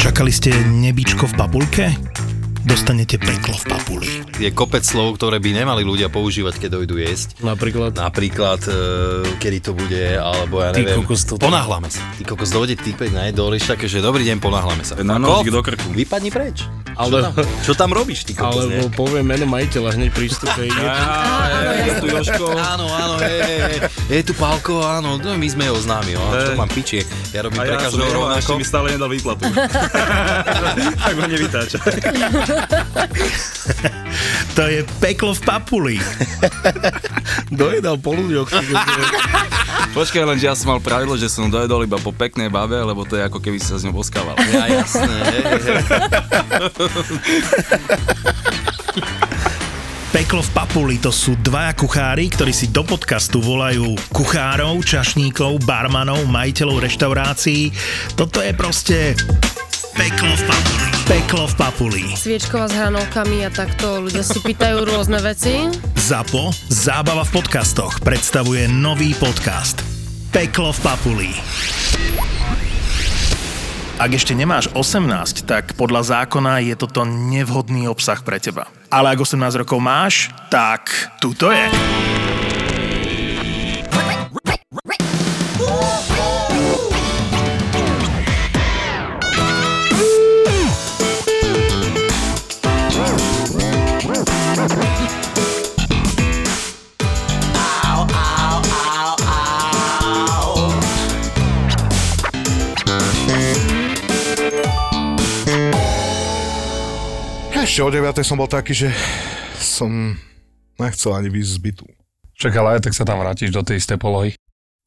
Čakali ste nebičko v babulke? Dostanete peklo v papuli. Je kopec slov, ktoré by nemali ľudia používať, keď dojdú jesť. Napríklad. Napríklad, e, kedy to bude, alebo ja Ty neviem. kokos, to- Ponáhlame sa. Ty kokos, dojde týpek na jedol, ešte také, že dobrý deň, ponáhlame sa. Na Ako? nožík do krku. Vypadni preč. Čo, Ale- tam, čo tam robíš, ty kokos, ne? Alebo poviem meno majiteľa hneď pri vstupe. Je- Á, je tu Jožko. Áno, áno, je, je, je, je tu Pálko, áno, no my sme ho známi, jo, čo Hej. mám pičie, ja robím A pre ja som každého Roman, ešte rovnako. mi stále nedal výplatu. tak ho nevytáča. To je peklo v papuli. Dojedal polúďok. ty kokos. Počkaj, lenže ja som mal pravidlo, že som dojedol iba po peknej babe, lebo to je ako keby si sa s ňou boskával. Ja, jasné, hej, hej. Peklo v papuli to sú dvaja kuchári, ktorí si do podcastu volajú kuchárov, čašníkov, barmanov, majiteľov reštaurácií. Toto je proste peklo v papuli. Peklo v papuli. Sviečkova s hranolkami a takto ľudia si pýtajú rôzne veci. ZAPO, zábava v podcastoch, predstavuje nový podcast. Peklo v papuli. Ak ešte nemáš 18, tak podľa zákona je toto nevhodný obsah pre teba. Ale ak 18 rokov máš, tak tuto je. Ešte o 9. som bol taký, že som nechcel ani výjsť z bytu. Čak, ale aj tak sa tam vrátiš do tej istej polohy.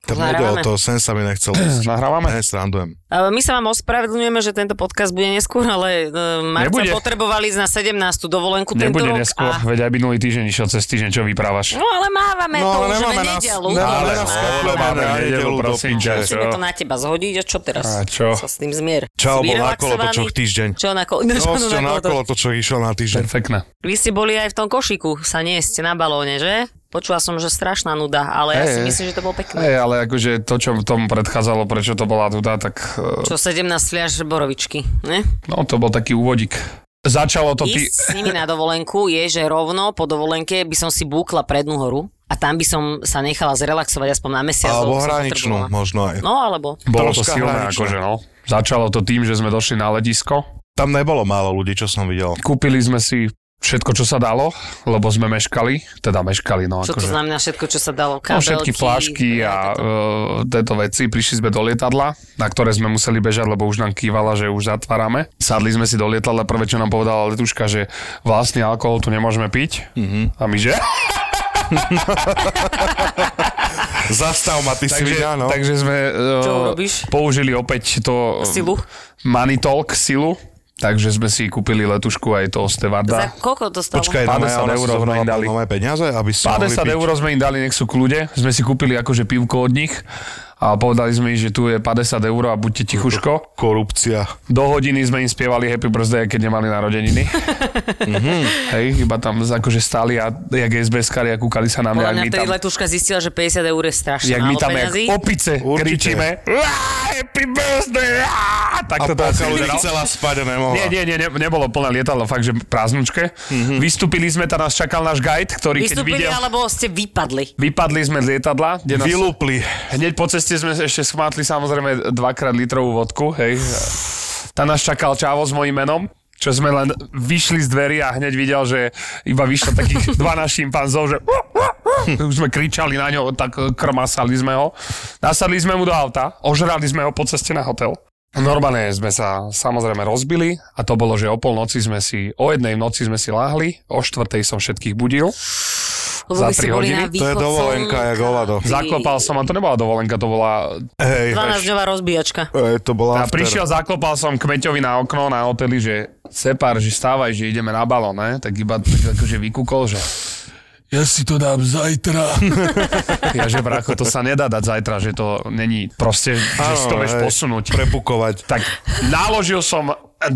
Ten Nahrávame. model, to sen sa mi nechcel ísť. Nahrávame? Ne, srandujem. Ale Eh, My sa vám ospravedlňujeme, že tento podcast bude neskôr, ale uh, Marca Nebude. potreboval ísť na 17. dovolenku Eh, tento Nebude rok. neskôr, A... veď aj minulý týždeň išiel cez týždeň, čo vyprávaš. No ale mávame No, to ale už nemáme v nás- nedelu. nemáme Ale nás máme. skaplené. Máme na nedelu, nedelu do prosím piče. ťa, čo? Musíme to na teba zhodiť a čo teraz? A čo? Sa s tým zmier. Čau, Si bol na kolo to, čo vyrelaxovaný? týždeň. Čo na kolo? No, No, čo ste na kolo to, čo išiel na týždeň. Perfektné. Vy ste boli aj v tom košiku sa niesť na balóne, že? Počula som, že strašná nuda, ale ja Hej, si hej. myslím, že to bolo pekné. Hej, ale akože to, čo tomu predchádzalo, prečo to bola nuda, tak eh, Čo 17 fliaž borovičky, ne? no, to bol taký úvodík. Začalo to ty... Ísť s nimi na dovolenku je, že rovno po dovolenke by som si búkla prednú horu a tam by som sa nechala zrelaxovať aspoň na mesiac. Alebo lebo som hraničnú, potrebovala. možno aj. No alebo. Bolo to troška silné, hraničné. akože no. Začalo to tým, že sme došli na letisko. Tam nebolo málo ľudí, čo som videl. Kúpili sme si všetko, čo sa dalo, lebo sme meškali. Teda meškali, no Čo to akože. znamená všetko, čo sa No, dalo? Kabelky, všetky flášky a toto. uh, tieto veci. Prišli sme do lietadla, na ktoré sme museli bežať, lebo už nám kývala, že už zatvárame. Sadli sme si do lietadla, prvé, čo nám povedala letuška, že vlastný alkohol tu nemôžeme piť. Mhm. Mm-hmm. A my že? Zastav ma, ty si videl, no. takže sme Čo uh, urobíš? použili opäť to eh, Silu. money talk silu. Takže sme si kúpili letušku aj toho Za Stevarda. koľko to stalo? Počkaj, 50 no, ja, ona eur si sme zobrala im dali. nové peniaze, aby si mohli 50 piť. eur sme im dali, nech sú kľude. Sme si kúpili akože pivko od nich a povedali sme im, že tu je 50 eur a buďte tichuško. Korupcia. Do hodiny sme im spievali Happy Birthday, keď nemali narodeniny. Mhm. Hej, iba tam akože stáli a jak sbs a kúkali sa na mňa, Podľa jak mňa my vtedy tam, letuška zistila, že 50 eur je strašne jak my málo tam jak peňazí. opice Určite. kričíme. "Á, Happy Birthday! á!" Tak A to tam polka ľudí vyzeralo. chcela spať a nemohla. Nie, nie, nie, ne, nebolo plné lietadlo, fakt, že prázdnučke. Mhm. Vystúpili sme, tam nás čakal náš guide, ktorý keď Vystúpili videl... alebo ste vypadli. Vypadli sme z lietadla, kde nás... Vylúpli. Hneď po ceste sme ešte schmátli samozrejme dvakrát litrovú vodku, hej. Tam nás čakal čávo s mojím menom, čo sme len vyšli z dverí a hneď videl, že iba vyšlo takých 12 šimpanzov, že už sme kričali na ňo, tak krmasali sme ho. Nasadli sme mu do auta, ožrali sme ho po ceste na hotel. Normálne sme sa samozrejme rozbili a to bolo, že o polnoci sme si, o jednej noci sme si láhli, o štvrtej som všetkých budil. Lebo Za vy ste tri boli To hodiny? To na je východ dovolenka, slnka. jak hovado. Ty- Zaklopal som a to nebola dovolenka, to bola... Hej, 12-dňová rozbíjačka. hej, to bola A after. prišiel, zaklopal som kmeťovi na okno na hoteli, že separ, že stávaj, že ideme na balón, ne? Tak iba tak akože vykúkol, že ja si to dám zajtra. ja, že bracho, to sa nedá dať zajtra, že to není proste, že si to Áno, vieš hej. posunúť. Prepukovať. Tak naložil som 12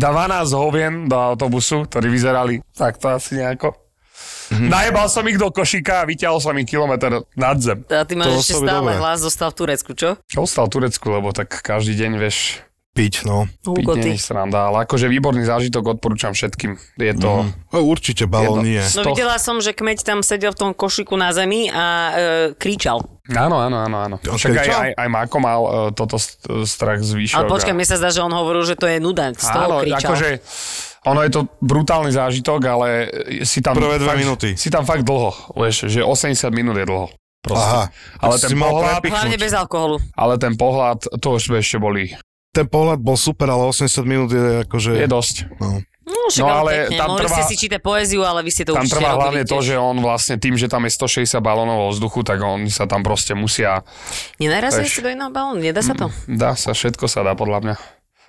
hovien do autobusu, ktorí vyzerali takto asi nejako. Mhm. Najebal som ich do košíka a vyťahol som ich kilometr nad zem. A ty To máš bolo ešte stále dobré. hlas, zostal v Turecku, čo? Čo ostal v Turecku, lebo tak každý deň, vieš, piť, no. Hugo, Piť ty. není sranda, ale akože výborný zážitok odporúčam všetkým. Je to... O, E, určite balón je. No To- videla som, že kmeď tam sedel v tom košiku na zemi a e, kričal. Áno, áno, áno, áno. Ok, Však aj, čo? aj, aj Mako mal e, toto st- strach z výšok. Ale počkaj, a- mne sa zdá, že on hovoril, že to je nuda. Z toho Áno, kričal. akože ono je to brutálny zážitok, ale e, si tam... Prvé dve fakt, minúty. Si tam fakt dlho, vieš, že 80 minút je dlho. Proste. Aha, ale si ten, mal pohľad, prepichnúť. Hlavne bez alkoholu. ale ten pohľad, to už ešte boli. Ten pohľad bol super, ale 80 minút je akože... Je dosť. No, však No, ale ale pekne. tam Mohli ste trvá- si čítať poéziu, ale vy ste to tam určite trvá robili hlavne to, tiež. že on vlastne tým, že tam je 160 balónov vo vzduchu, tak oni sa tam proste musia... Nenarazili Veš. ste do iného balónu, nedá sa to? Dá sa, všetko sa dá podľa mňa.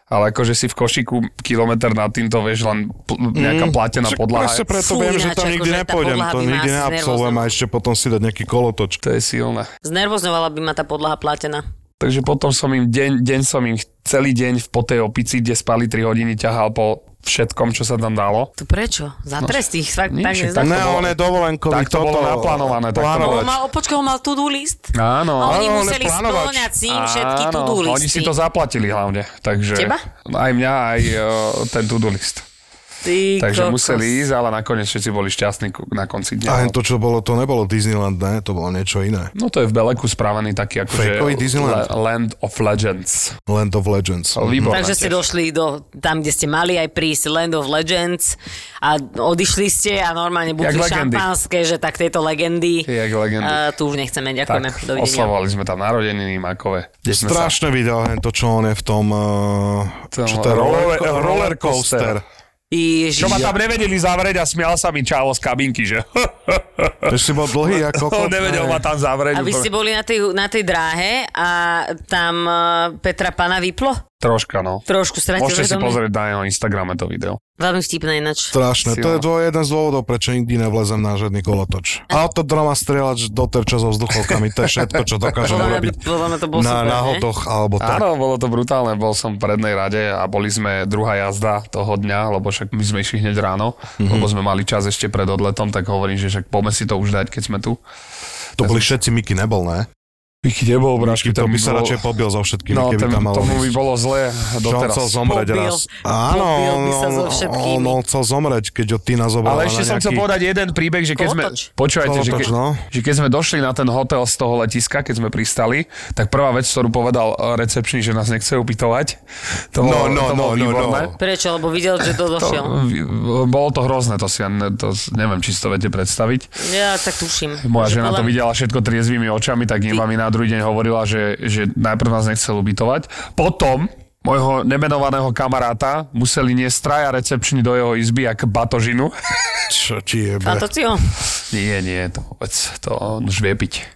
Ale akože si v košiku kilometr nad týmto, vieš, len pl- nejaká platená Mm, podlaha. Presne preto Fú, viem, že ináč tam ako nikdy že akože tá nepôjdem, podlaha to by ma nikdy asi neabsolvujem a znervoznovala. ešte potom si dať nejaký kolotoč. To je silné. Znervozňovala by ma tá podlaha plátená. Takže potom som im deň, deň som im celý deň v po tej opici, kde spali 3 hodiny, ťahal po všetkom, čo sa tam dalo. To prečo? Za trest ich fakt No, nie, tak však nezná. tak- Ne, to bolo- on je dovolenkový. tak to bolo naplánované, tak to bolo- On Plánovať. mal, o, počkaj, on mal to-do list. Áno. Áno, on A oni je museli plánovač. spĺňať s ním všetky Áno, to-do listy. Oni si to zaplatili hlavne. Takže Teba? Aj mňa, aj uh, ten to-do list. Ty Takže kokos. museli ísť, ale nakoniec všetci boli šťastní ku- na konci dňa. A len to, čo bolo, to nebolo Disneyland, ne? To bolo niečo iné. No to je v Beleku spravený taký akože Fejkový Disneyland. Le- Land of Legends. Land of Legends. Mhm. Výborné. Takže ste došli do, tam, kde ste mali aj prísť, Land of Legends a odišli ste a normálne bukli Jak legendy. šampanské, že tak tieto legendy. Jak legendy. A tu už nechceme, Tak, ďakujeme. Dovidenia. oslavovali sme tam narodeniny Makové. Kde sme sa- Strašne videl hen to, čo on je v tom... eh, Tom Čo to je? roller- Roller, roller coaster. Ježiš. Čo ma tam nevedeli zavrieť a smial sa mi čálo z kabinky, že Vieš, si bol dlhý ako... on nevedel ma tam zavrieť. A vy ste úplne. boli na tej, na tej dráhe a tam eh, Petra Pana vyplo? Troška, no. Trošku stratil Môžete si vedomie. pozrieť na jeho Instagrame to video. Veľmi vtipné ináč. Strašné. Si To je mal. dvo- jeden z dôvodov, prečo nikdy nevlezem na žiadny kolotoč. Autodroma strieľač do terča so vzduchovkami, to je všetko, čo dokážem Podľa mňa, by, urobiť. podľa mňa to bolo Na, super, na ne? hodoch alebo tak. Áno, No, bolo to brutálne, bol som v prednej rade a boli sme druhá jazda toho dňa, lebo však my sme išli hneď ráno, mm-hmm. lebo sme mali čas ešte pred odletom, tak hovorím, že však poďme si to už dať, keď sme tu. To boli všetci Miky nebol, ne? Miky nebol, Miky to by sa radšej pobil so všetkými, No, keby ten, tam mal tomu by ísť. bolo Že zle on doteraz. chcel zomrieť Pobil. raz. Áno, no, Pobil on, by sa on, so on, všetkými. on chcel zomrieť, keď ho Tina zobrala Ale na ešte som chcel nejaký povedať jeden príbeh, že keď sme... Kolotoč. Počúvajte, že, kolotoč, ke, no. že keď sme došli na ten hotel z toho letiska, keď sme pristali, tak prvá vec, ktorú povedal e, recepčný, že nás nechce ubytovať, to No, bolo, no, to bolo no, no, výborné. no. Prečo? Lebo videl, že to To, došiel. v- v- bolo to hrozné, to si ja ne, to, s- neviem, či si to viete predstaviť. Ja tak tuším. Moja Že žena to podľa- videla všetko triezvými očami, tak iba mi na druhý deň hovorila, že, že najprv nás nechcel ubytovať. Potom môjho nemenovaného kamaráta museli niesť traja recepční do jeho izby, jak batožinu. Čo ti jebe? A to si ho Nie, nie, to vôbec, to on už vie piť.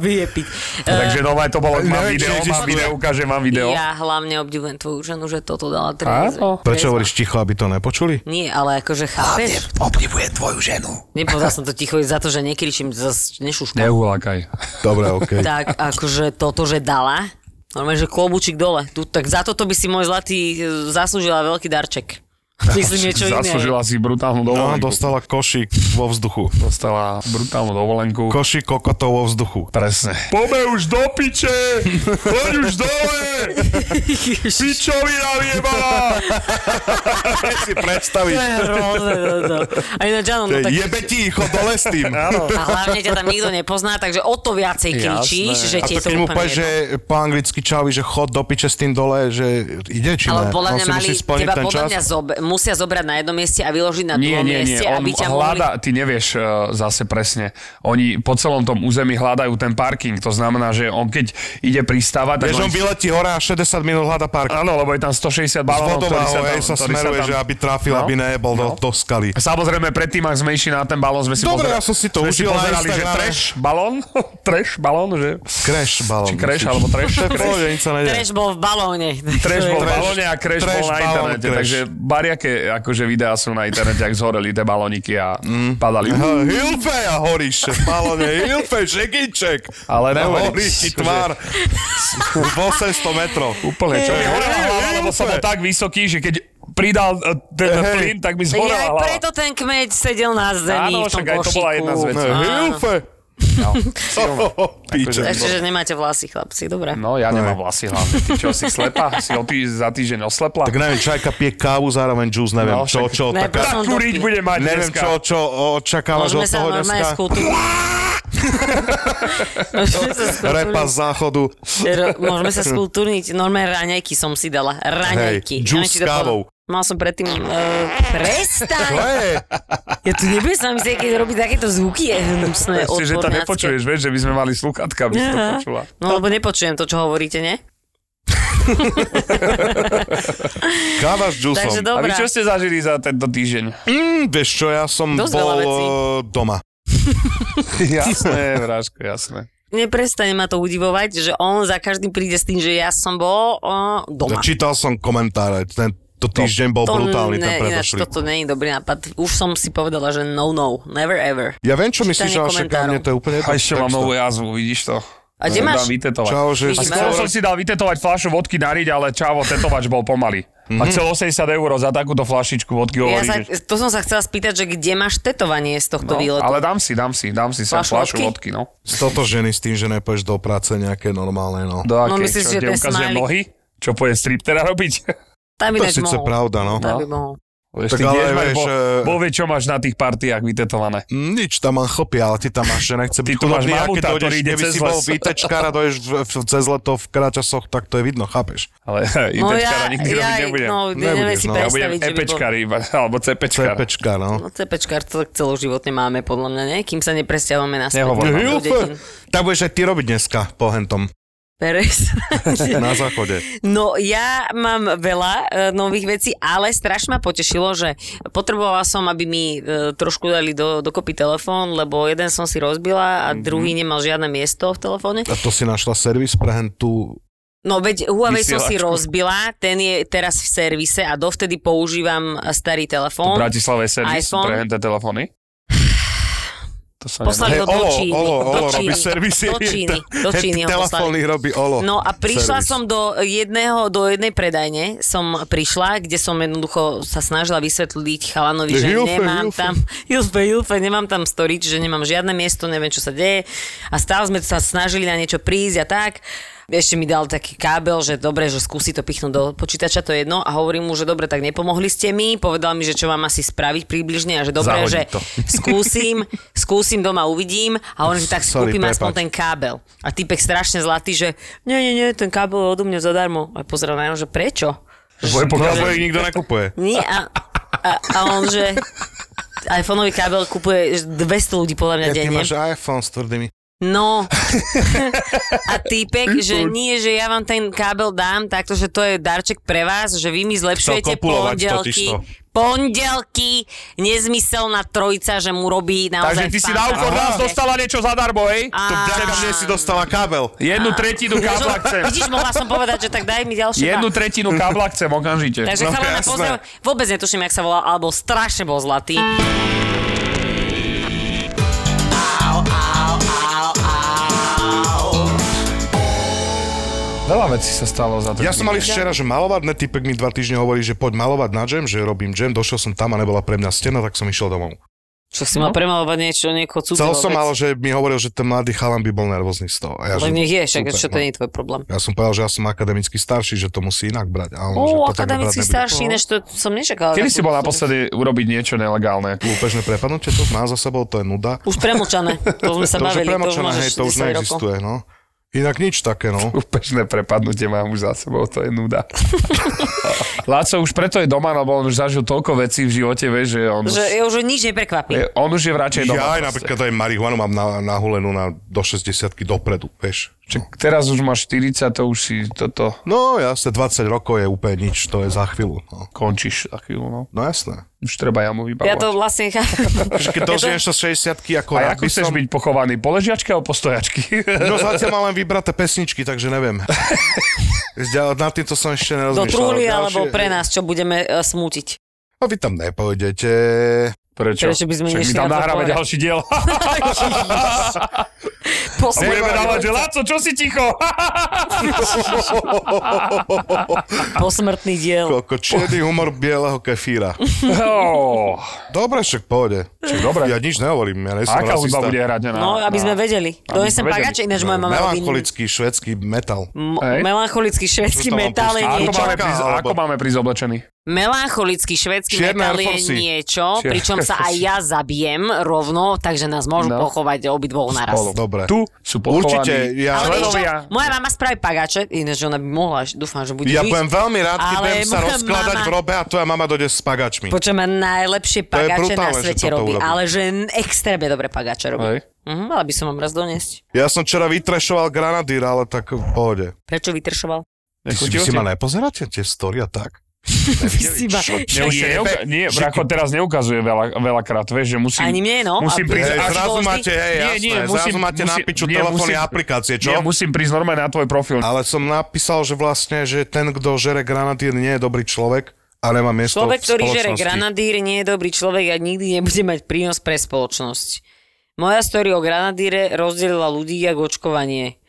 vie piť. Takže normálne to bolo, mám neviem, či video, mám existuje. video, ukážem vám video. Ja hlavne obdivujem tvoju ženu, že toto dala triezve. Áno. Prečo hovoríš ticho, aby to nepočuli? No, Nie, ale akože chápeš? Obdivujem tvoju ženu. Nepovedal som to ticho za to, že nekričím, zase nešuškám. Nehulákaj. Dobre, okej. Tak akože toto, že dala, normálne, že klobučík dole. Tu, tak za toto by si môj zlatý e, zaslúžila veľký darček. Myslím niečo iné. Zaslúžila si brutálnu No, dovolenku. dostala košík vo vzduchu. Dostala brutálnu dovolenku. Košík kokotov vo vzduchu. Presne. Poďme už do piče! Poď už dole! Pičovina vyjebaná! si To predstaviť. je hrozné toto. A ináč áno, no tak... Jebe ti, chod dole s tým. A hlavne ťa tam nikto nepozná, takže o to viacej kričíš, že A ti to je to keď mu úplne povieš, že po anglicky čavi, že chod do piče s tým dole, že ide či Ale ne. podľa On mňa si mali, musí splniť teba ten podľa čas. mňa zobe, musia zobrať na jednom mieste a vyložiť na Nie, druhom nie, nie, mieste, on aby ťa mohli... hľada, ty nevieš uh, zase presne, oni po celom tom území hľadajú ten parking, to znamená, že on keď ide pristávať, tak Vieš, on on vyletí hore a 60 minút hľada park. Áno, lebo je tam 160 balónov, Vodová ktorý sa tam, hej, sa ktorý smeruje, sa tam... že aby trafil, No. aby nejebol do, do skaly. Samozrejme, predtým, ak sme išli na ten balón, sme si Dobre, pozerali, ja som si to sme si užil na pozerali že Instagrame. trash balón, trash balón, že... Crash balón. Či crash, alebo trash, To je v crash. pohode, nič sa nedie. Trash bol v balóne. Trash bol v Trash- balóne a crash, trash bol na balón, internete, crash. takže bariaké akože videá sú na internete, ak zhoreli tie balóniky a Mm. padali. Hilfe a horíš, balone, hilfe, žegiček. Ale Horí neuveríš, ti tvár v 800 metrov. Úplne, čo mi Hej, horela hej, hlava, hej, lebo som bol úplne. tak vysoký, že keď pridal eh, ten Hej. plyn, tak mi Ja aj zhorela hlava. preto ten kmeď sedel na zemi Áno, v tom však aj to bola košíku. jedna z vecí. Hilfe. No, Píče. no. Ešte, že nemáte vlasy, chlapci, dobre. no ja nemám vlasy hlavne. Ty čo, si slepa? Si o tý, za týždeň oslepla? Tak neviem, čajka pije kávu, zároveň džús, neviem No, čo, však- čo, Ne, taká, prosím. Takú riť bude mať neviem dneska. čo, čo očakávaš od Môžeme sa toho normálne dneska. skutúť. Môžeme sa Repa skultúrniť. z záchodu, Ro- Môžeme sa skultúrniť. Normálne raňajky som si dala. Raňajky. Hej, džús Raňajky s do kávou. pohľadu. Mal som predtým... Uh, to prestaň! je, Ja tu nebudem sa myslieť, keď robí takéto zvuky je hnusné, Ešte, že to odpornácké. nepočuješ, vieš, že by sme mali sluchatka, aby si to Aha. počula. No lebo nepočujem to, čo hovoríte, ne? káva s Takže džúsom. A vy dobrá. čo ste zažili za tento týždeň? Mm, vieš čo, ja som Dosť bol veľa vecí. eh, doma. jasné, Vráško, jasné. Neprestane ma to udivovať, že on za každým príde s tým, že ja som bol uh, doma. Čítal som komentáre, tento týždeň bol brutálny, ten ináč predošlý. toto nie je dobrý nápad. Už som si povedala, že no, no, never ever. Ja viem, čo myslíš, ale však na komentárov. mne to je úplne A ešte mám texto. novú jazvu, vidíš to? A kde Ja máš? Dám vytetovať. Čau, že Vidíš, Skoro máš? som si dal vytetovať fľašu vodky na riť, ale čavo, tetovač bol pomaly. A chcel 80 eur za takúto fľašičku vodky Ja hovorí, sa, že- to som sa chcela spýtať, že kde máš tetovanie z tohto No, výletu? ale dám si, dám si, dám si sem Fľašu fľašu vodky, vodky? no. Toto ženy s tým, že nepoješ do práce nejaké normálne, no. Do No, akej, myslíš, čo, že kde ten ukazujem smajlik- nohy? Čo pôjde strip teda robiť? Tam by To ináč je síce mohol. pravda, no. Tam No. by mohol. Vieš, e- Tak ty ale tiež máš, vieš, bo, eh, bo vie, čo máš na tých partiách vytetované. Nič, tam mám chlpy, ale ty tam máš, že nechce byť Ty tu máš chudobný, a keď mamuta, dojdeš, ktorý ide keby cez si bol les. výtečkár a dojdeš v, v, cez leto v kráťasoch, tak to je vidno, chápeš? Ale No ITčkara ja, nikdy ja, robiť nebudem. no, neviem Nebudeš, si no. Ja budem predstaviť, že by bol... epečkar iba, alebo cepečkar. Cepečkár, no. No cepečkár to tak celoživotne máme, podľa mňa, ne? Kým sa nepresťahujeme na Nehovor nám. do dedín. Tak budeš aj ty robiť dneca po hentom, Prestaň. na záchode. No ja mám veľa e, nových vecí, ale strašne ma potešilo, že potrebovala som, aby mi e, trošku dali do, dokopy telefón, lebo jeden som si rozbila Mhm. a mm-hmm. druhý nemal žiadne miesto v telefóne. A to si našla servis pre hentu No veď Huawei som si Vysielačku. rozbila, ten je teraz v servise a dovtedy používam starý Tu V telefón. Bratislave servis iPhone. pre henté telefóny. To sa Poslali Hej, ho do Olo, Číny. Olo, Olo do Číny. robí servisy. Do Číny. Do Číny ho poslali. Telefóny robí Olo. No a prišla Servis. som do jedného, do jednej predajne som prišla, kde som jednoducho sa snažila vysvetliť chalanovi, že Hilfe, nemám Hilfe. tam, Hilfe, Hilfe, nemám tam storič, že nemám žiadne miesto, neviem, čo sa deje. A stále sme sa snažili na niečo prísť a tak. Ešte mi dal taký kábel, že dobre, že skúsi to pichnúť do počítača, to je jedno. A hovorím mu, že dobre, tak nepomohli ste mi. Povedal mi, že čo mám asi spraviť približne a že dobre, Zahodiť že to. skúsim, skúsim doma, uvidím. A on, že tak si Sorry, kúpim aspoň prepáč. ten kábel. A typek strašne zlatý, že nie, nie, nie, ten kábel je odo mňa zadarmo. A pozerám na ňo, že prečo? Tvoje pokáble ich nikto nekupuje. Nie, a, a, a on, že iPhoneový kábel kupuje 200 ľudí podľa mňa Ja, ty denne. máš iPhone s tvrdými. No. a týpek, že nie, že ja vám ten kábel dám, takto, že to je darček pre vás, že vy mi zlepšujete Chcel kopulovať pondelky. totižto. Pondelky, nezmyselná trojica, že mu robí Takže naozaj ty si na úkor fantastické. nás dostala niečo zadarmo, hej? A- To vďaka mne si dostala kábel. Jednu tretinu kábla chcem. Vidíš, mohla som povedať, že tak daj mi ďalšie Jednu dva. tretinu kábla chcem okamžite. Takže no, chalana jasné. pozdrav, vôbec netuším, jak sa volal, alebo strašne bol zlatý. Veľa vecí sa stalo No, za to. Ja som mal ísť včera, že malovať, ne, typek mi dva týždne hovorí, že poď malovať na džem, že robím džem, došiel som tam a nebola pre mňa stena, tak som išiel domov. Čo si mal premalovať niečo, niekoho cudzieho? Chcel som, vec? ale že mi hovoril, že ten mladý chalan by bol nervózny z toho. A ja, Ale že, nech je, však super, čo to no. nie je tvoj problém. ja som povedal, že ja som akademicky starší, že to musí inak brať. A on, že to tak Ó, no. akademický brať nebude. starší, než to som nečakala. Kedy takú- si bol naposledy urobiť niečo nelegálne? Lúpežné prepadnutie, to má za sebou, to je nuda. Už premočané, to sme sa To už je bavili. premočené, môžeš hej, to už 10 rokov. neexistuje, no. Inak nič také, no. Úpešné prepadnutie mám už za sebou, to je nuda. Láco už preto je doma, lebo on už zažil toľko vecí v živote, vieš, že on už, Že ja už nič neprekvapí. je, on už je radšej doma. Ja aj proste. napríklad aj marihuanu mám na, nahulenú na, do 60 dopredu, vieš. Čiže teraz už máš 40, to už si toto No jasne, 20 rokov je úplne nič, to je za chvíľu. No, končíš za chvíľu, no. no jasné. Už treba jamu vybavovať. Ja to vlastne chápem. Že Keď dožiješ sa 60 ako A ja ako by chceš som... byť pochovaný? Po ležiačke alebo po stojačky? No zatiaľ mám len vybraté pesničky, takže neviem. Zďa- Nad týmto som ešte Do nerozmýšľal. trúly Ďalšie- alebo pre nás, čo budeme e, smútiť. No vy tam nepojdete. Prečo? Prečo by sme Však my nešli tam na to nahrávame povedať? ďalší diel. Budeme Posmrť, dávať želáco, čo si ticho? posmrtný diel. Koľko čierny humor bieleho kefíra. Oh, Dobre, však pôjde. Však dobre. Ja nič nehovorím, ja a nejsem aká hudba rasista. bude hrať? Na, No, aby na- sme vedeli. To je sem vedeli. pagače, ináč moja mama robí Melancholický švedský metal. m- Hej. melancholický švedský Čo tam mám metal pustiť? je A ako niečo. máme, Čaká, pri, alebo- ako máme prísť oblečený? Melancholický švedský Čierne Air metal je Forcey. niečo, Čierne pričom sa aj ja zabijem rovno, takže nás môžu No. pochovať obidvoch naraz. Spolu. Dobre. Tu sú pochovaní. Určite, ja, Ale vieš čo, Členovia. moja mama spraví pagače, ináč ona by mohla, až- dúfam, že bude ja žiť. budem veľmi rád, keď Ale budem sa moja rozkladať mama- v robe a tvoja mama dojde s pagačmi. Počujem, má najlepšie To je pagače na brutálne, že svete toto robí, urobí. ale že n- extrémne dobre pagače Hej. robí. Mhm, mala by som vám raz doniesť. Ja som včera vytrešoval granadír, ale tak v pohode. Prečo vytršoval? Vy si, Nechutilo vy si ti? ma nepozeráte tie story a tak? Si ma- Nie, už sa neuka- nie, Bracho teraz neukazuje veľa, veľakrát, vieš, že musím... Ani mne, no. Musím A- prísť Hej, až zrazu vždy- máte, hej, Nie, jasné, nie, zrazu musím- máte na musím- piču nie, telefóny a musím- aplikácie, čo? Nie, musím prísť normálne na tvoj profil. Ale som napísal, že vlastne, že ten, kto žere granatír, nie je dobrý človek a nemá miesto Človek, v ktorý žere spoločnosti. granadír, nie je dobrý človek a nikdy nebude mať prínos pre spoločnosť. Moja story o granadíre rozdelila ľudí ako očkovanie.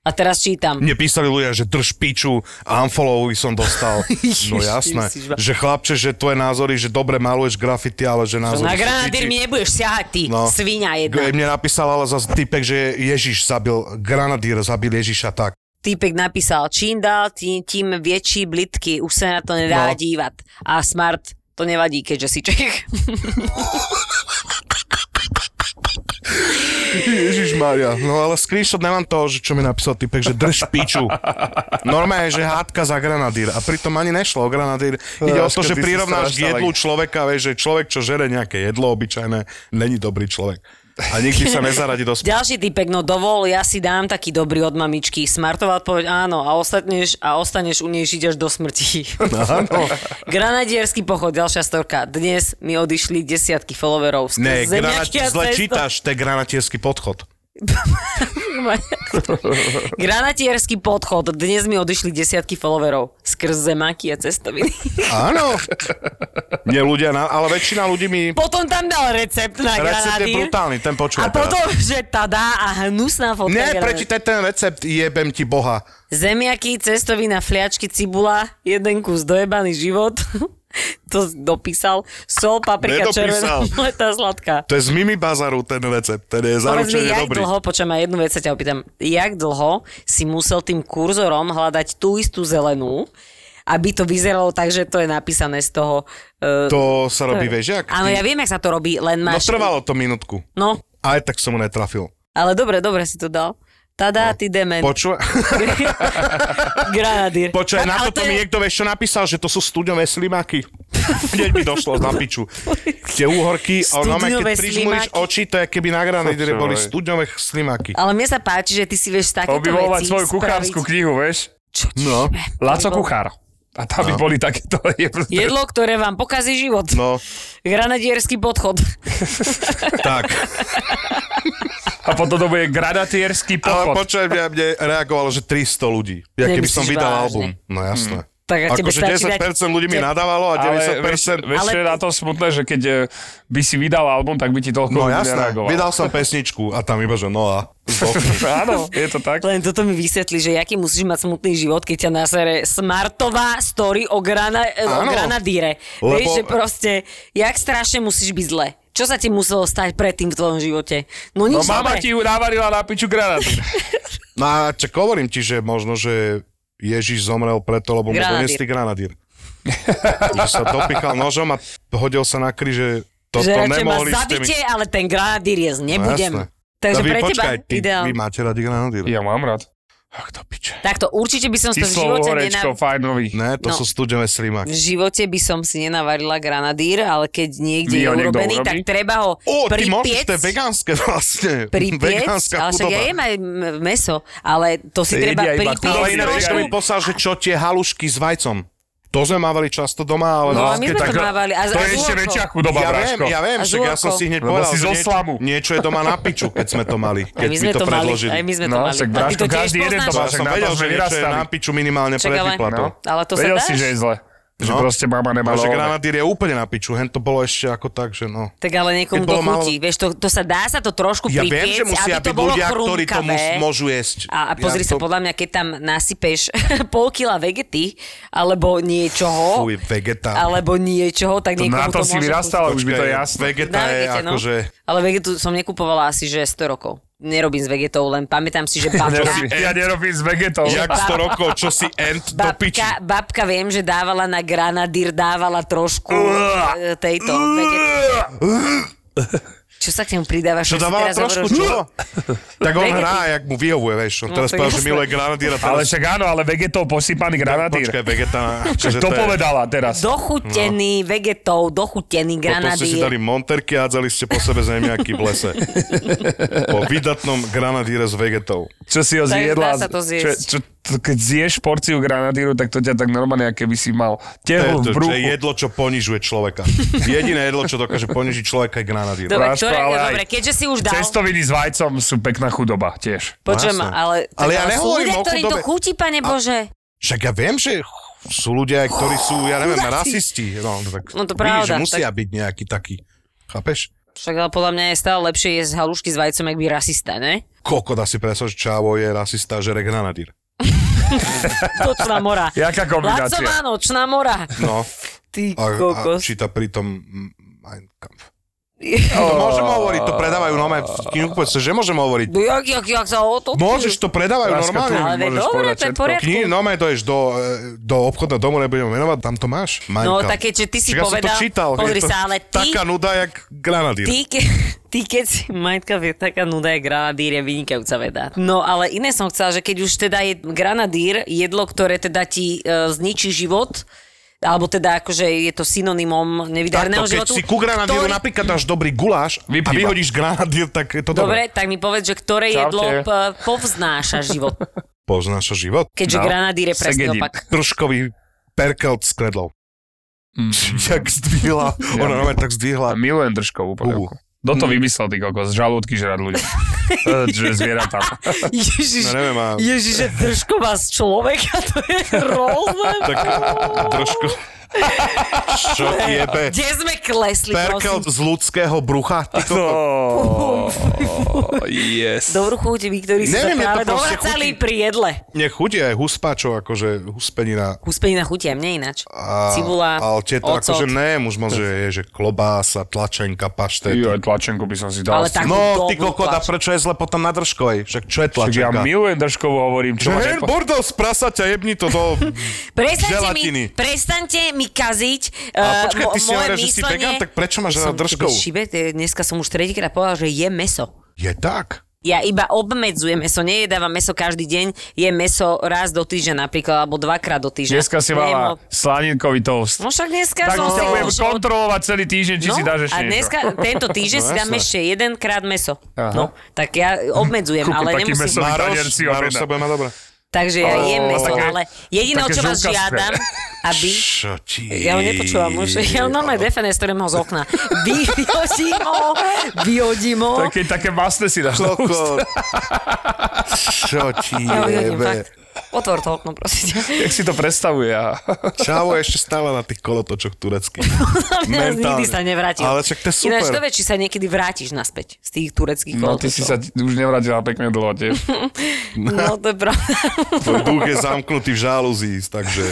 A teraz čítam. Mne písali ľudia, že drž piču a unfollow som dostal. No jasné, Ježiš, že chlapče, že tvoje názory, že dobre maluješ grafity, ale že názory Na sú piči. granadír mi nebudeš siahať, ty No. svinia jedna. G- Mne napísal ale zase typek, že Ježiš zabil, granadír zabil Ježiša tak. Týpek napísal, čím dál, tým, tím väčší blitky, už sa na to nedá No. dívať. A smart, to nevadí, keďže si Čech. Ježiš Maria. No ale screenshot nemám toho, že čo mi napísal typek, že drž piču. Normálne, že hádka za granadír. A pritom ani nešlo o granadír. Ide o to, Láško, že ty si prirovnáš strašná, k jedlu ale- človeka, vieš, že človek, čo žere nejaké jedlo obyčajné, není dobrý človek. A nikdy sa nezaradí do sp- Ďalší typek, no dovol, ja si dám taký dobrý od mamičky. Smartová odpoveď, áno, a ostaneš, a ostaneš u nej žiť až do smrti. No. Áno. Granadierský pochod, ďalšia storka. Dnes mi odišli desiatky followerov. Ne, granat, skrz zemiaky a zle cesto. čítaš, to je granatierský podchod. Granatierský podchod. Dnes mi odišli desiatky followerov. Skrz zemaky a cestoviny. Áno. Nie ľudia, na, ale väčšina ľudí mi... potom tam dal recept na Recept je granadír. brutálny, ten počúva A teraz. potom, že tadá a hnusná fotka. Ne, granát. prečítaj ten recept, jebem ti boha. Zemiaky, cestovina, fliačky, cibula, jeden kus dojebaný život. to dopísal. Sol, paprika, červená, Nedopísal. letá sladká. To je z Mimi Bazaru ten recept, ten je Povedz mi, zaručene jak dobrý. dlho, počujem, aj jednu vec sa ťa opýtam, jak dlho si musel tým kurzorom hľadať tú istú zelenú, aby to vyzeralo tak, že to je napísané z toho... Uh, To sa robí, vieš, jak? Áno, ja viem, jak sa to robí, len No máš... trvalo to minútku. No, Aj tak som mu netrafil. ale dobre, dobre si to dal. No. Tadá, ty dement. Počúva, Granadír. počúva Tak, na ale toto to mi je- niekto vieš, čo napísal, že to sú studenové slimáky. Hneď mi došlo na piču. Tie úhorky, a ono, no, Studňové keď prižmúriš slimáky. oči, to je keby na granadíre Počúvaj. boli studňové slimáky. Ale mne sa páči, že ty si vieš takéto Objavovať veci svoju kuchárskú spraviť. knihu, vieš? Čo ti No. šíbe? Laco Lebo- Kuchár. A tam by boli takéto... Jedlo, ktoré vám pokazí život. No, Granadierský podchod. tak. A potom to bude granatierský Ale pochod. počúvaj, mňa, mne reagovalo, že 300 ľudí. Ja keby som Nemyslíš vydal vážne? album. No jasné. Tak a tebe Akože stačí 10% dať... ľudí mi nadávalo a Hmm. Ale vieš, 90% vieš, čo je Ale- na to smutné, že keď e, by si vydal album, tak by ti toľko No ľudí jasné, nereagovalo. vydal som pesničku a tam iba, že no a. zdochneš. Áno, je to tak. Len toto mi vysvetli, že jaký musíš mať smutný život, keď ťa nasere smartová story o, grana, e, o Áno. granadíre. Lebo- Vieš, že proste, jak strašne musíš byť zle. Čo sa ti muselo stať predtým v tvojom živote? No No nič mama dobre. ti ju navarila na piču granátu. No a čak hovorím ti, že možno, že Ježiš zomrel preto, lebo mu Granadír. doniesli granadír. že sa dopichal nožom a hodil sa na kríže. Toto že radšej ma nemohli ste mi... No, zabite, ale ten granadír jesť nebudem. jasné. No Takže vy pre teba počkaj, ty, ideál. vy máte radi granadír. Ja mám rád. Ach, to piče. Takto určite by som si to v Kyslou živote horečkou, nenav... fajnový. Ne, to No. sú studené slimáky. V živote by som si nenavarila granadír, ale keď niekde Mi je ho niekto urobený, urobí? tak treba ho Ó, ty môžeš, pripiec. to je vegánske vlastne. pripiec, Vegánska ale však chudoba. ja jem aj m- meso, ale to si To treba jedia iba pripiec. Ale Ale inak inak ešte aj- mi poslal, že čo tie halušky s vajcom. To sme mávali často doma, ale... No, zase, my keď sme tak- to mávali. A, To a je ešte zúrko. väčšia chudoba, ja Braško. viem, ja viem, A však ja žôrko. som si hneď Lebo povedal, si že zo slamu. niečo, niečo je doma na piču, keď sme to mali, A keď my mi sme to to mali, predložili. aj my sme to No, mali. však, A ty Braško, to tiež každý jeden to To ja má, poznáš? však som No, na to vedel, sme že niečo je vyrastali. na piču minimálne Čak, pre ale- výplatov. Ale to sa Vedel dáš? si, že je zle. Že No. proste mama nemá Ale že love. granadír je úplne na piču, hen to bolo ešte ako tak, že no. Tak ale Keď niekomu bolo to chutí. málo- Vieš, to, to sa dá sa to trošku Ja viem, že pripiec, musia aby to byť bolo ľudia, ktorí to chrumkavé. mus, môžu jesť. A, a pozri ja sa, podľa mňa, keď tam nasypeš pol kila vegety, alebo niečoho, Fuj, vegeta. alebo niečoho, tak To niekomu na to, to si môže vyrastala, už by to je jasné. Vegeta Na je vegete, no. akože... Ale vegetu som nekupovala asi, že 100 rokov. Nerobím s vegetou, len pamätám si, že babka, Nerobím- Ja nerobím s vegetou. Jak 100 rokov, čo si end do piči. babka, babka viem, že dávala na granadír, dávala trošku e, tejto vegety. Čo sa k nemu pridáva? Čo dávala trošku, čo? Tak on Vegety. hrá, jak mu vyhovuje, vieš. On No, teraz to povedal, že jasné. miluje granadíra. Ale teraz- však áno, ale vegetou posypaný No, granatýr. Počkaj, vegeta. akože To je- povedala teraz. Dochutený vegetou, dochutený No. Potom ste si dali granadír. monterky a hádzali ste po sebe zemiaky v lese. Po vydatnom granadíre s vegetou. Čo si ho Tak zjedla. dá sa to čo, zjesť. čo, to, keď zješ porciu granadíru, tak to ťa tak normálne, aké by si mal To je tehu to, v čo je bruchu. jedlo, čo ponižuje človeka. Jediné jedlo, čo dokáže ponižiť človeka je granadír. Dobre, Práško, ktoré, ale aj dobre, keďže si už dal... Cestoviny s vajcom sú pekná chudoba tiež. Počujem, Jasné. ale... Ale ja sú nehovorím ľudia, o ktorí to chudobe. chutí, pane Bože. Však ja viem, že sú ľudia, ktorí sú, ja neviem, Chudáci. rasisti. No, tak No to vidíš, pravda, že musia byť nejaký taký. Chápeš? Však ale podľa mňa je stále lepšie jesť halušky s vajcom, ak by rasista, ne? Koľko dá si predstav, že Čavo je rasista, že je granadír. To čná mora. Jaká Laco kombinácia? má nočná mora. No, Ty a, a kokos. číta pritom mm, Mein Kampf. To Oh. môžem hovoriť, to predávajú normálne. Knihu povedz, že môžem hovoriť. No jak, jak, jak sa o to... Môžeš, to predávajú Láska, normálne. Ale veď môžeš dobre, povedať to je v všetko. poriadku. Knihy, normálne to ješ do, e, do obchodného domu, nebudem ho menovať, tam to máš. Mein No Kampf. tak keďže ty si Však ja som povedal... to čítal. je Pozri to sa, ale ty... Taká nuda, jak granadír. Ty, ke, ty keď si majtka je taká nuda, je granadír je vynikajúca veda. No ale iné som chcela, že keď už teda je granadír, jedlo, ktoré teda ti e, zničí život, alebo teda akože je to synonymom nevydarného Takto, keď životu. si ku granadíru ktorý- napríklad dáš dobrý guláš a Vyplýva. vyhodíš granadír, tak je to Dobre, dobré. tak mi povedz, že ktoré Čaute. jedlo p- povznáša život, Poznáš život. No, keďže granadír je presný segedin. opak. Trškový perkelt s kredlou. Jak zdvihla. Ona normálne tak Mm. A zdvihla. milujem držkovú polievku. Kto Mm. to vymyslel, ty kokos? Žalúdky žrať ľudia. Eh, Že zvieratá. No Ježiš, neviem, a... Ježiže, držko vás človeka, to je hrozné. Tak trošku... Čo jebe? Kde sme klesli, Perkelt prosím. z ľudského brucha. Ty kokos. Yes. Dobrú chuť, vy, ktorí ste sa Neviem, je to práve proste dovracali chutí. pri jedle. Mne chudie aj huspačo, akože huspenina. Huspenina chutia, mne ináč. A, Cibula, ale tieto, ocot. akože ne, už môže je, že klobása, tlačenka, paštet. Jo, aj tlačenku by som si dal. s Ale tým. tak- No, ty dobrú kokota, tlač- prečo je zle potom na držkovej? Však čo je Tak ja tlačenka? milujem držkovú, hovorím. Že Čo ma hen nepo... bordel z prasaťa, jebni to do... Prestaňte želatiny. mi, prestaňte mi kaziť A uh, počkaj, ty si moje hovorila, že si myslenie. vegan, tak prečo máš Som rád držkovú? tebe Šibe, te- dneska som už tretíkrát povedal, že je meso. Je tak. Ja iba obmedzujem meso, nejedávam meso každý deň, je meso raz do týždňa napríklad, alebo dvakrát do týždňa. Dneska si Nejem mala ho- slaninkový toast. No však dneska Tak som ťa si budem dal život- kontrolovať celý týždeň, či si dáš a ešte niečo. No, dneska, tento týždeň si dám jasné. ešte jedenkrát meso. Aha. No, tak ja obmedzujem, Kúpim ale taký nemusím... meso- Dobrý tanier Maroš, si Maroš objedná. sa bude mať dobre. Takže ja jem meso, také- ale jediné, o také čo vás žlkastré. žiadam, aby... Čo ti... Ja ho nepočúvam už. Ja ho normálne defenestrujem ho z okna. Vyhodím ho, vyhodím ho. Tak keď také masné si dáš. na ústa. Kokot. Čo ti Ja ho vyhodím, jebe? fakt. Otvor to okno, prosím ťa. Jak si to predstavuje? a- Čavo ešte stále na tých kolotočoch tureckých. Ja nikdy Mentálne. sa nevrátil. Ale však to je super. Ináč to vie, či sa niekedy vrátiš naspäť z tých tureckých No, ty kolotočov. si sa t- už nevrátila pekne dlho tiež. No, to je pravda. Tvoj duch je zamknutý v žalúzii, takže...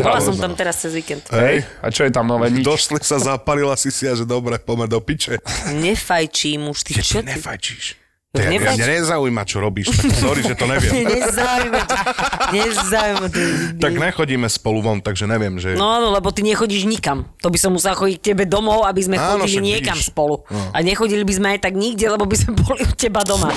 Bola som no. tam teraz cez víkend. Hej, A čo je tam nové? Nič. došli sa, zapalila si si a že dobre, pomer do piče. Nefajčím už, ty No čo ty? Nefajčíš. Už Ja, ja, nefajčím. mňa nezaujíma, čo robíš, tak sorry, že to neviem. Nezaujíma ťa. Nezaujíma ťa. Tak nechodíme spolu von, takže neviem, že... No áno, lebo ty nechodíš nikam. To by som musel chodiť k tebe domov, aby sme Áno, chodili však niekam vidíš. No. spolu. A nechodili by sme aj tak nikde, lebo by sme boli u teba doma.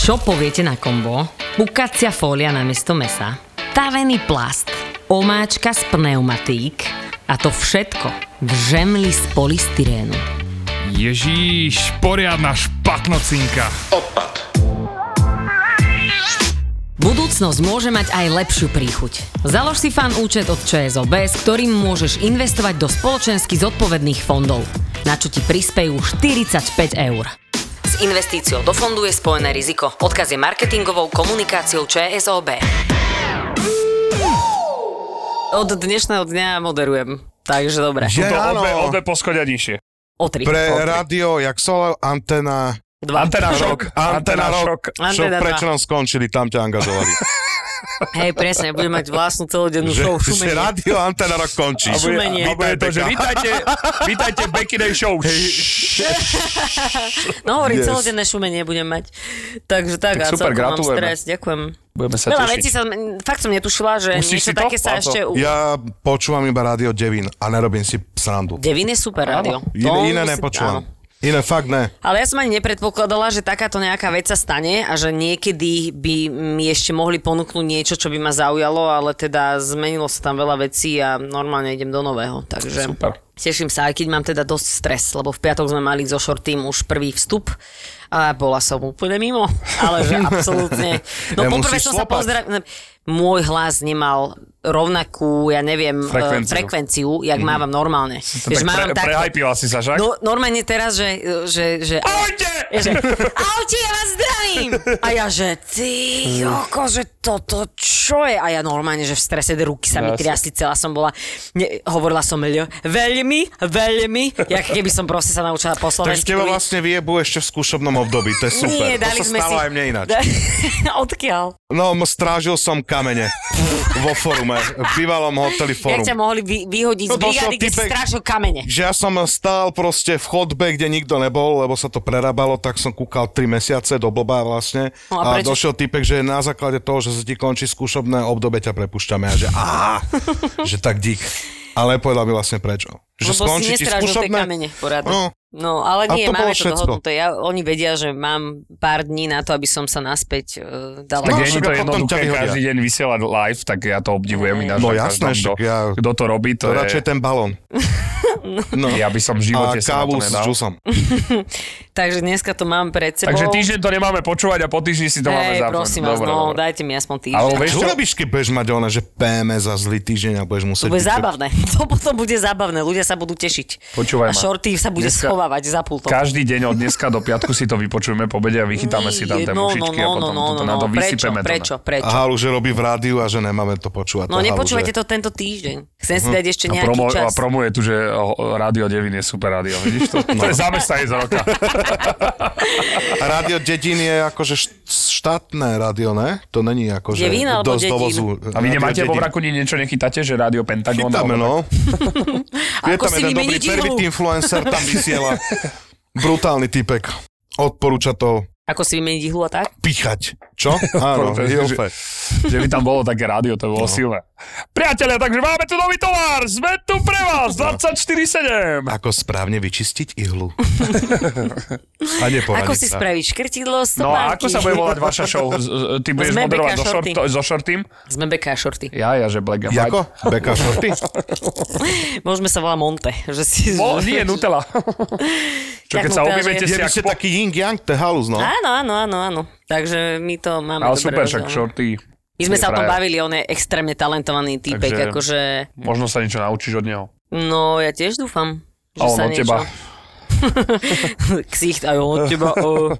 Čo poviete na kombo? Pukacia fólia na miesto mesa, tavený plast, omáčka z pneumatík a to všetko v žemli z polystyrénu. Ježíš, poriadna špatnocinka. Budúcnosť môže mať aj lepšiu príchuť. Založ si fan účet od ČSOB, s ktorým môžeš investovať do spoločensky zodpovedných fondov, na čo ti prispejú 45 eur. S investíciou do fondu je spojené riziko. Odkaz je marketingovou komunikáciou ČSOB. Od dnešného dňa moderujem. Takže dobre. Že Sú to áno. obe, obe poschodia nižšie. O tri. Pre O tri. radio, jak solar, antena, Dva. Antena šok. Antena Antena šok. Čo, Antena prečo 2. nám skončili, tam ťa angažovali. Hej, presne, budem mať vlastnú celodennú že, show. že Šumenie. rádio Antena Rock končí. A bude- Šumenie. A bude to, že Beka. vítajte, vítajte v Becky Day Show. No hovorím, Yes. celodenné šumenie budem mať. Takže tak, Tak a super, celkom mám gratulujeme. stres. Ďakujem. Budeme sa Veľa vecí tešiť. sa, fakt som netušila, že Musíš si niečo to? také sa Pálko. ešte... U... Ja počúvam iba rádio Devín a nerobím si srandu. Devin je super rádio. To Iné, iné No, musí- nepočúvam. áno. Iné fakt ne. Ale ja som ani nepredpokladala, že takáto nejaká vec sa stane a že niekedy by mi ešte mohli ponúknuť niečo, čo by ma zaujalo, ale teda zmenilo sa tam veľa vecí a normálne idem do nového. Takže Super. teším sa, aj keď mám teda dosť stres, lebo v piatok sme mali so short team už prvý vstup a bola som úplne mimo, ale že absolútne. Ja No poprvé musíš som sa slopať. pozdravila, môj hlas nemal rovnakú, ja neviem, frekvenciu, Frekvenciu. Mhm. frekvenciu jak mm. mávam normálne. Vieš, Tak pre, mávam takto- prehypila si sa, že? No, normálne teraz, že... že, že Ahojte! Že, No, Ahojte, ja vás zdravím! A ja, že ty, joko, že toto čo je? A ja normálne, že v strese de ruky sa mi No, Jasne. triasli, celá som bola... Ne, hovorila som ľo, veľmi, veľmi, jak keby som proste sa naučila po Takže slovensky. teba vlastne vyjebu ešte v skúšobnom období, to je super. Nie, to dali sa sme stalo si... aj mne ináč. Odkiaľ? No, m- strážil som kamene vo forume, v bývalom hoteli Jak forum. ťa mohli vy, vyhodiť No, z brigády, došiel kde si typek- strážil kamene? Že ja som stál proste v chodbe, kde nikto nebol, lebo sa to prerábalo, tak som kúkal 3 mesiace do blbá vlastne. No a a, prečo- došiel typek, že na základe toho, že sa ti končí skúšobné obdobie, ťa prepušťame. A že aha, že tak dík. Ale povedal mi vlastne prečo. Že Lebo skončí si ti nestrážil tie skúšobné. kamene poriadne. No. No, A ale nie, to bolo máme to všetko. dohodnuté. Ja, oni vedia, že mám pár dní na to, aby som sa naspäť uh, dala. Tak No, je však to a potom ťa jednoduché vyhodia. každý deň vysielať live, tak ja to obdivujem ináč. No ako jasné, kto, však ja- kto to robí, To to, je... radšej ten balón. No. Ja by som v A živote sa na to kávu s nedal. džusom. Takže dneska to mám pred sebou. Takže týždeň to nemáme počúvať a po týždni si to máme No. Hej, zapnúť. prosím vás, Dobre, no, dobre. dajte mi aspoň týždeň. Ale vieš Čo čo? robíš, keď budeš mať ona, že PMS za zlý týždeň a budeš musieť... To bude byť- zábavné. To potom bude zábavné. Ľudia sa budú tešiť. Počúvaj A ma. shorty sa bude Dneska- schovávať za pultom. Každý deň od dneska do piatku si to vypočujeme po obede a vychytáme si tam tie no, no, mušičky a no, no, potom no, toto no, na no, to prečo, vysypeme. teda. to na- prečo, prečo? A Halu, že robí v rádiu a že nemáme to počúvať. To No Halu, nepočúvajte že- to tento týždeň. Chcem si dať ešte Mhm. A, nejaký promo, a čas. promuje tu, že oh, Rádio 9 je super rádio, vidíš to? No. To je zamestnanie z roka. A rádio Dedín je akože št- štátne rádio, ne? To není akože... Devín alebo dosť Dedín? dovozu. A vy Rádio nemáte vo Dedín. Vrakuni niečo nechytáte, že Rádio Pentagon? Chytáme, no. alebo- je Ako tam si jeden dobrý vymeniť pervit ihlu? influencer, tam vysiela. Brutálny typek. Odporúča to Ako si vymeniť ihlu a tak? pichať. Čo? Áno, Proste, je že- úplne. Že by tam bolo také rádio, to by No. bolo silné. Priatelia, takže máme tu nový tovar, sme tu pre vás, No. 24-7. Ako správne vyčistiť ihlu. a neporadiť Ako si sa. spravíš No škrtidlo, a stopánky? ako sa bude volať vaša show? Z- z- Ty budeš Sme moderovať Beka so, short, Shorty. so shortým? Sme beka a šorty. Ja, ja, že Black and White. Jako? Beka šorty? Môžeme sa volať Monte. Že si... O, nie, Nutella. Čo keď sa Nutella, objmete že- Ja by si ako... ste taký yin-yang, to je halus, no. Áno, áno, áno, áno. Takže my to máme Ale dobre super, však rozdelené. shorty. My sme je sa o tom frajer. bavili, on je extrémne talentovaný týpek, Takže- akože... Možno sa niečo naučíš od neho. No, ja tiež dúfam, že A on sa od teba. niečo... Ksicht aj on od teba. O...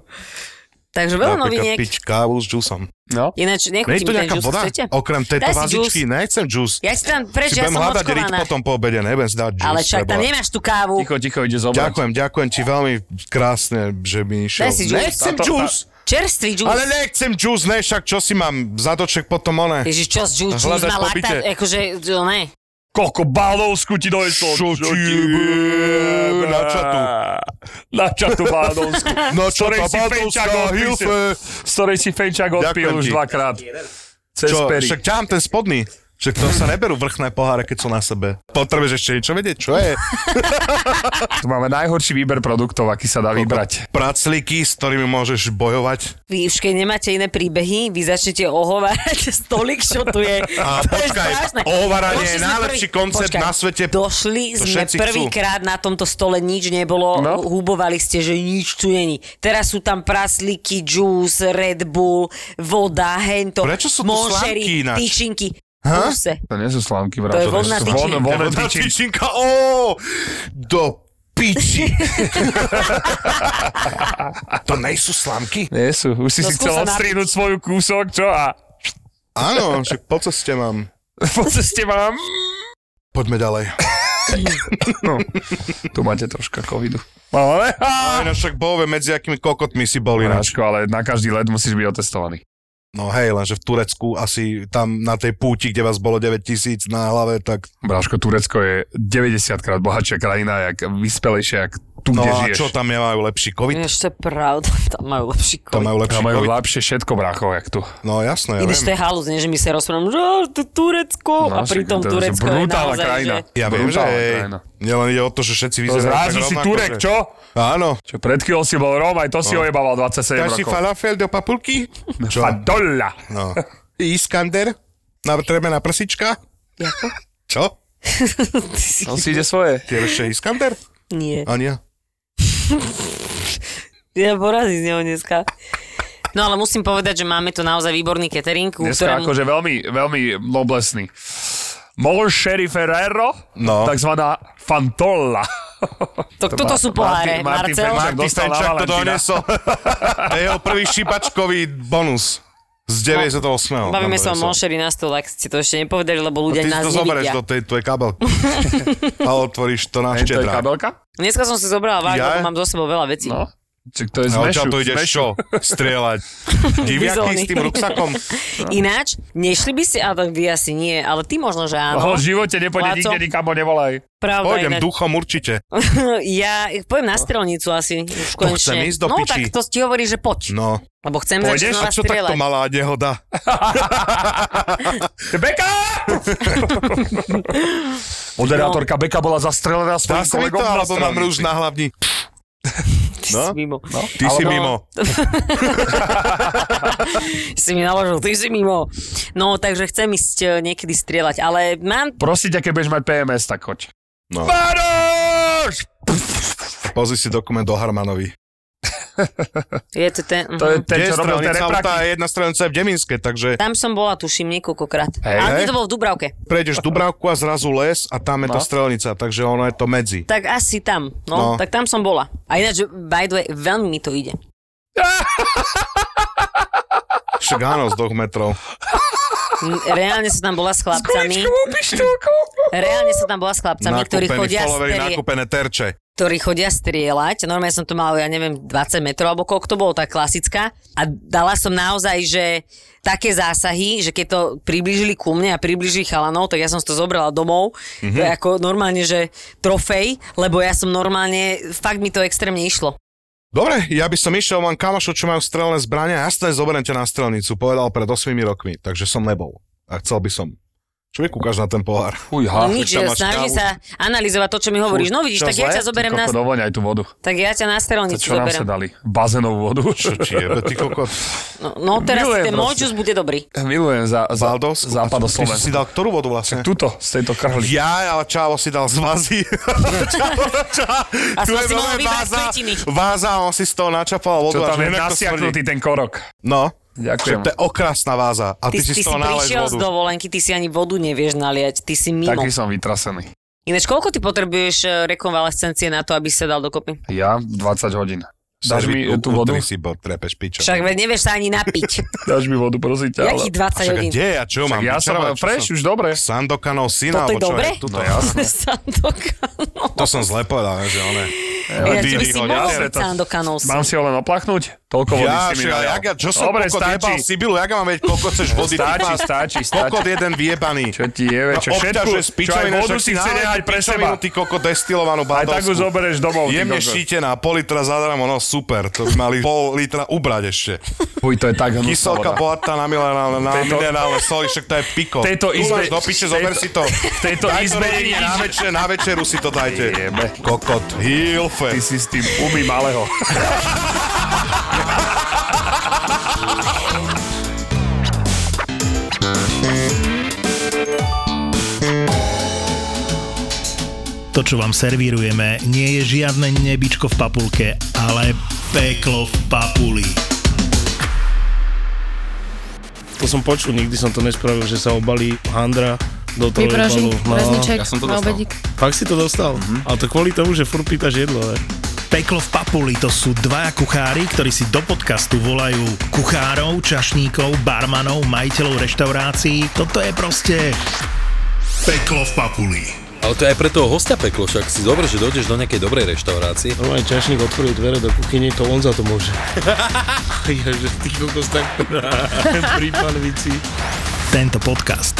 Takže veľa Napríklad noviniek. piť kávu s džusom. No? Ináč, Nie nechutí je to mi ten nejaká džús, voda? chcete? Okrem tejto Daj si vazičky, džús. nechcem džús. Ja si tam, preč, si ja budem som hľadať rit očkovaná. potom po obede, nebudem si dať džús. Ale však tam lebo- nemáš tú kávu. Ticho, ticho, ide zobrať. Ďakujem, ďakujem ti veľmi krásne, že mi išiel. Daj si džús. Nechcem Táto- džús, Čerstvý džús. ale nechcem džús, ne, však čo si mám, zadoček potom one. Ježiš, čo z džús? Džús Hľadať má po byte. laktát, akože, čo, ne. Koľko balósku ti dojesol? Čo ti bude na čatu? Na čatu balósku. No čo to, Ktorej si no, Badovská, Fenčák odpíše. Hilfe, Z ktorej si Fejčák odpil Ďakujem už ti. dvakrát. Cez čo, pery. však ťahám ten spodný. Však to sa neberú vrchné poháre, keď sú na sebe. Potrebuješ ešte niečo vedieť, čo je? Tu máme najhorší výber produktov, aký sa dá vybrať. Praclíky, s ktorými môžeš bojovať. Vy už keď nemáte iné príbehy, vy začnete ohovárať stolik, čo tu je. A To je počkaj, strašné. ohováranie Došli je sme najlepší koncept na svete. Došli To sme všetci chcú. prvýkrát na tomto stole, nič nebolo, No. no? hubovali ste, že nič tu není. Teraz sú tam praslíky, juice, Red Bull, voda, hento, Prečo sú tu monžery, slamky ináč? tyčinky. Ha? Kuse. To nie sú slámky, vrát. To je vodná sú tyčinka. von- vonné Voda tyčinky. tyčinka, ó, do piči. to nejsú slamky? Nie sú. Už si No si chcel skúsa odstrihnúť svoju kúsok, čo? A Áno, že po ceste mám. po ceste mám. Poďme ďalej. No, tu máte troška covidu. Ale, No ináč však bol, ve, medzi akými kokotmi si bol ináč. Ináčko, ale na každý let musíš byť otestovaný. No hej, lenže v Turecku asi tam na tej púti, kde vás bolo 9000 na hlave, tak... Bráško, Turecko je 90 krát bohatšia krajina, jak vyspelejšia, jak tu, No kde a žiješ. čo tam je, majú lepší COVID? Vieš, to je pravda, tam majú lepší Tam COVID. majú lepší Tam majú COVID. lepšie všetko, brácho, jak tu. No jasné, ja Ideš, to viem. je halus, nie, že my sa rozprávame, že "Á, to Turecko, No, a však pritom to je Turecko je brutálna naozaj, krajina. že... Ja viem, že Brutálna hej. krajina. Nielen ide o to, že všetci To vyzerajú zrazu no. si rovnako, Turek, že- No. čo? Áno. Čo, pred chvíľou si bol Róm, aj to si ojebával 27 Dáš si rokov. falafel do papulky? Čo? Fadolla. No. Iskander? Na treme na prsička? Jako? Čo? Ty si... On si ide svoje. Ty ešte Iskander? Nie. Ania? Ja porazí z neho dneska. No ale musím povedať, že máme tu naozaj výborný catering, ku Dneska ktorému... akože veľmi, veľmi noblesný. Mol Sherry Ferrero, No. takzvaná Fantolla. To, toto sú poháre, Martin- Martin Marcel. Fenčák Ty dostal na Stenčák to Valentína. donesol. To je jeho prvý šipačkový bonus. Z 98. No, Bavíme Tam sa o donesol. Monšeri na stole, ak ste to ešte nepovedali, lebo No, ľudia Ty si nás to zoberieš nevidia. do tej tvojej kabelky. A otvoríš to na Hej, to je štedrá. kabelka? Dneska som si zobrala váš, Ja? lebo mám zo sebou veľa vecí. No. Čiže to je A odtiaľ zmešu. to ideš zmešu. čo? Strieľať. Diviaky Bizóny. s tým ruksakom? no. Ináč, nešli by ste, ale tak vy asi nie, ale ty možno, že Ho áno. v živote nepôjde Láco. nikde nikamo, nevolaj. Pravda, Pôjdem ináč. duchom určite. ja pôjdem na strelnicu asi už No. To konečne. chcem ísť do no piči. tak to ti hovorí, že poď. No. No. Lebo chcem A Pôjdeš? začať znova čo takto strieľať. malá nehoda? Beka! Moderátorka No. Beka bola Dá zastrelená svojím sa mi kolegom to, na alebo mám strelnici. rúž na hlavni? Ty No? si mimo. No, Ty si mimo. si mi naložil, ty si mimo. No, takže chcem ísť e, niekedy strieľať, ale mám... Prosím ťa, keď budeš mať PMS, tak choď. No. Maroš! Pozri si dokument o Harmanovi. Je to ten... To je mhm. ten, Kde je čo robil tie strelnica repraky. auta a jedna strelnica je v Deminske, takže Tam som bola, tuším, niekoľkokrát. Hej, ale hej. to bolo v Dubravke. prejdeš Dubravku a zrazu les a tam je tá No. strelnica, takže ono je to medzi. Tak asi tam, no, No. tak tam som bola. A ináč, by the way, veľmi mi to ide. Však áno, z dvoch metrov. N- Reálne som tam bola s chlapcami. Reálne som tam bola s chlapcami, ktorí Nakúpený chodia, followeri, strie, nakúpené terče. ktorí chodia strieľať. Normálne som to mala, ja neviem, 20 metrov, alebo koľko to bolo, tá klasická. A dala som naozaj, že také zásahy, že keď to priblížili ku mne a priblížili chalanov, tak ja som si to zobrala domov. Mhm. Mm-hmm. To je ako normálne, že trofej, lebo ja som normálne, fakt mi to extrémne išlo. Dobre, ja by som išiel, mám kamošov, čo majú strelné zbrania, jasné, zoberiem ťa na strelnicu, povedal pred 8 rokmi, takže som nebol. A chcel by som. Čo mi kúkaš na ten pohár? Fújha. No nič, už tam máš snažím kávu. sa analyzovať to, čo mi hovoríš. No vidíš, čo tak ja zle? ťa zoberiem na, Dovoň aj tú vodu. tak ja ťa na To, strelnicu čo nám sa zoberiem. dali? Bazénovú vodu. Či je, ty kokot. No, no teraz Milujem ten môj proste. džus bude dobrý. Milujem za, za Valdovsku? Ty si si západoslovenskú. dal ktorú vodu vlastne? Tuto, z tejto krhly. Ja, ale Čavo si dal z vazy. čavo, čavo. A Tu som je si mohol veľmi vybrať váza- kvetiny. Váza, on si z toho načapal vodu. Čo a tam že je inak to nasiaknutý smrdí. ten korok. No, že Ďakujem. to je okrásna váza. A Ty, ty, si ty z si toho náleješ prišiel z vodu. dovolenky, ty si ani vodu nevieš naliať, ty si mimo. No. Taký som vytrasený. Ináč, koľko ty potrebuješ e, rekonvalescencie na to, aby si sa dal dokopy? Ja 20 hodín. Dáš mi Servi- tú u- vodu? utri si bod, trepeš, pičo. Však veď nevieš sa ani napiť. Dáš mi vodu, prosím ťa. ale- Jakých 20 Však a hodín? kde ja, čo mám? Tak ja som vyčerovať, čo fresh, už dobre. Sandokanov syna, Toto je alebo čo dobre? je? Tuto, No jasné. Sandokanov. To som zle povedal, že one. Ja, ty by Dýry si hodia. mohol jasné, byť to- Sandokanov. Mám si ho len oplachnúť? Toľko vody Ja, si mi však, nalial. jak ja, čo som Dobre, kokot stačí. jebal Sibilu, jak ja mám vedieť, koľko chceš vody? Stačí, Ty stačí, pás, Kokot stačí. jeden vyjebaný. Čo ti jeve, čo všetko, Obťažuje s čo aj pičovina, vodu No, však si chce nálej nehať tú pre pičovinu, seba. Ty kokot destilovanú Aj tak ju baldovskú. zoberieš domov. ty Jemne kokos. štítená, pol litra zadarmo, no super, to by mali pol litra ubrať ešte. Fuj, to je tak hnusná Kyselka voda. bohatá na minerálne, na Tejto- minerálne soli, však to je piko. Tejto Tu izbe- máš do piče, zober tejto- si to. v tejto Daj to izbe rodine není na, nič. večer, na večeru si to dajte. Jebe. Kokot. Hilfe. Ty si s tým umý malého. To, čo vám servírujeme, nie je žiadne nebičko v papulke, ale peklo v papuli. To som počul, nikdy som to nespravil, že sa obalí handra do toho Vypražím No, ja prezniček som to na dostal. obedík. fakt si to dostal. Mhm. Ale to kvôli tomu, že furt pýtaš jedlo, ne? Peklo v papuli to sú dvaja kuchári, ktorí si do podcastu volajú kuchárov, čašníkov, barmanov, majiteľov reštaurácií. Toto je proste Peklo v papuli. Ale to je aj pre toho hostia peklo, však si dobre, že dojdeš do nejakej dobrej reštaurácie. Normálne čašník otvoril dvere do kuchyne, to on za to môže. Jože, ty kokos tak pri panvici. Tento podcast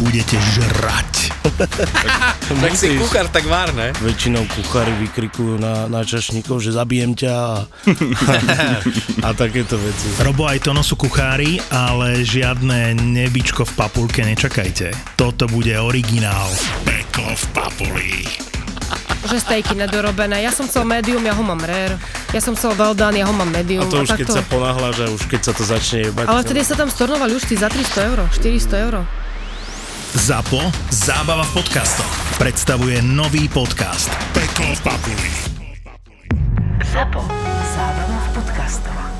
budete žrať. tak si kuchár tak vár, ne? Väčšinou kuchári vykrikujú na, na čašníkov, že zabijem ťa a, a takéto veci. Robo aj Tono sú kuchári, ale žiadne nebičko v papulke nečakajte. Toto bude originál. Peklo v papuli. Že stejky nedorobené. Ja som chcel medium, ja ho mám rare. Ja som chcel well done, ja ho mám A medium. to už takto. keď sa ponáhľaš a už keď sa to začne jebať. Ale vtedy sa tam stornovali už ty za 300 euro, 400 euro. ZAPO Zábava v podcastoch predstavuje nový podcast Peklo v papuli. Zapo. Zábrná v podcastovách.